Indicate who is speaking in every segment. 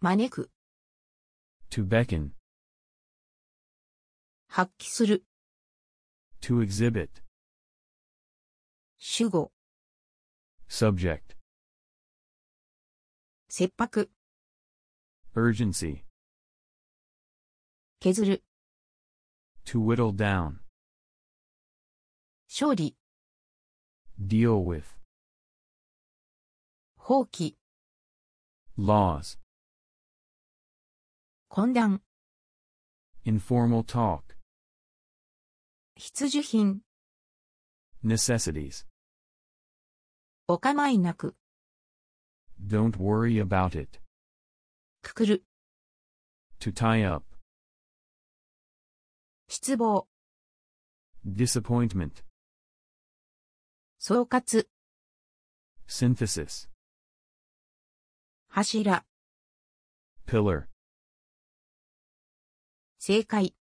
Speaker 1: 招く、
Speaker 2: to beckon,
Speaker 1: 発揮する、
Speaker 2: to exhibit,
Speaker 1: 主語、
Speaker 2: subject,
Speaker 1: 切迫、
Speaker 2: urgency,
Speaker 1: 削る、
Speaker 2: to whittle down,
Speaker 1: 勝利、
Speaker 2: deal with,
Speaker 1: 放棄、
Speaker 2: laws,
Speaker 1: 混乱、
Speaker 2: informal talk,
Speaker 1: 必需品、
Speaker 2: necessities,
Speaker 1: お構いなく、
Speaker 2: don't worry about it,
Speaker 1: くくる、
Speaker 2: to tie up,
Speaker 1: 失望、
Speaker 2: disappointment,
Speaker 1: 総括、
Speaker 2: synthesis,
Speaker 1: 柱、
Speaker 2: pillar,
Speaker 1: 正解、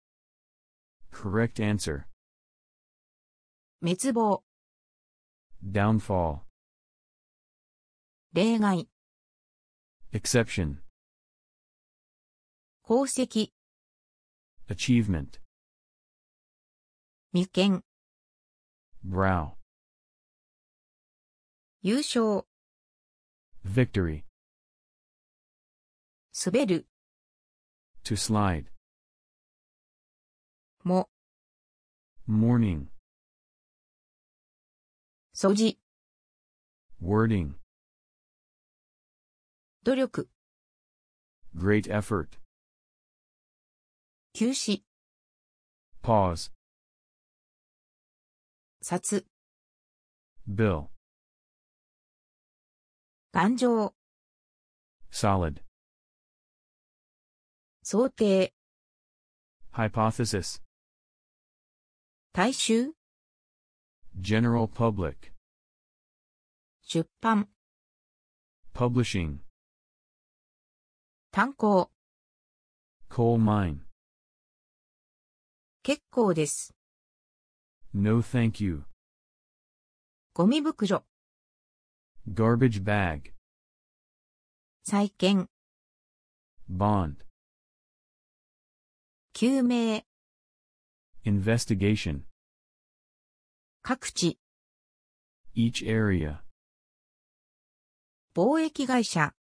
Speaker 2: correct answer,
Speaker 1: 滅亡、
Speaker 2: downfall,
Speaker 1: 例外、
Speaker 2: exception,
Speaker 1: 功績、
Speaker 2: achievement,
Speaker 1: 未見、
Speaker 2: brow,
Speaker 1: 優勝、
Speaker 2: victory,
Speaker 1: 滑る、
Speaker 2: to slide,
Speaker 1: も、
Speaker 2: mourning,
Speaker 1: 素地、
Speaker 2: wording,
Speaker 1: 努力、
Speaker 2: great effort,
Speaker 1: 休止、
Speaker 2: pause,
Speaker 1: 札、
Speaker 2: bill,
Speaker 1: 頑丈、
Speaker 2: solid,
Speaker 1: 想定、
Speaker 2: hypothesis,
Speaker 1: 大衆、
Speaker 2: general public,
Speaker 1: 出版、
Speaker 2: publishing,
Speaker 1: 炭鉱、
Speaker 2: coal mine,
Speaker 1: 結構です。
Speaker 2: no thank you,
Speaker 1: ゴミ袋、
Speaker 2: garbage bag,
Speaker 1: 再建、
Speaker 2: bond,
Speaker 1: 救命、
Speaker 2: investigation,
Speaker 1: 各地、
Speaker 2: each area,
Speaker 1: 貿易会社、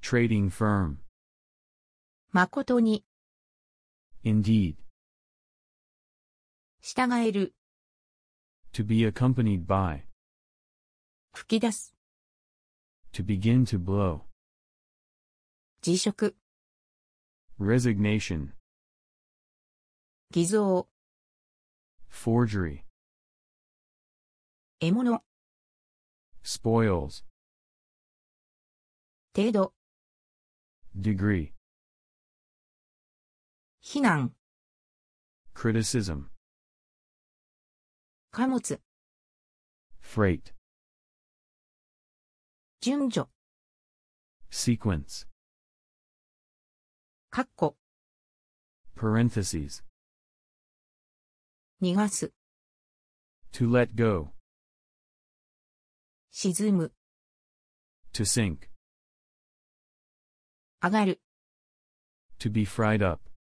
Speaker 2: trading firm,
Speaker 1: 誠に、
Speaker 2: indeed,
Speaker 1: 従える、
Speaker 2: to be accompanied by,
Speaker 1: 吹き出す、
Speaker 2: to begin to blow,
Speaker 1: 辞職、
Speaker 2: resignation,
Speaker 1: 偽造、
Speaker 2: forgery,
Speaker 1: 獲物、
Speaker 2: spoils,
Speaker 1: 程度、
Speaker 2: degree,
Speaker 1: 避難、
Speaker 2: criticism,
Speaker 1: 貨物、
Speaker 2: freight,
Speaker 1: 順序、
Speaker 2: sequence,
Speaker 1: 括弧、
Speaker 2: parentheses,
Speaker 1: 逃がす、
Speaker 2: to let go,
Speaker 1: 沈む、
Speaker 2: to sink,
Speaker 1: 上がる、
Speaker 2: to be fried up,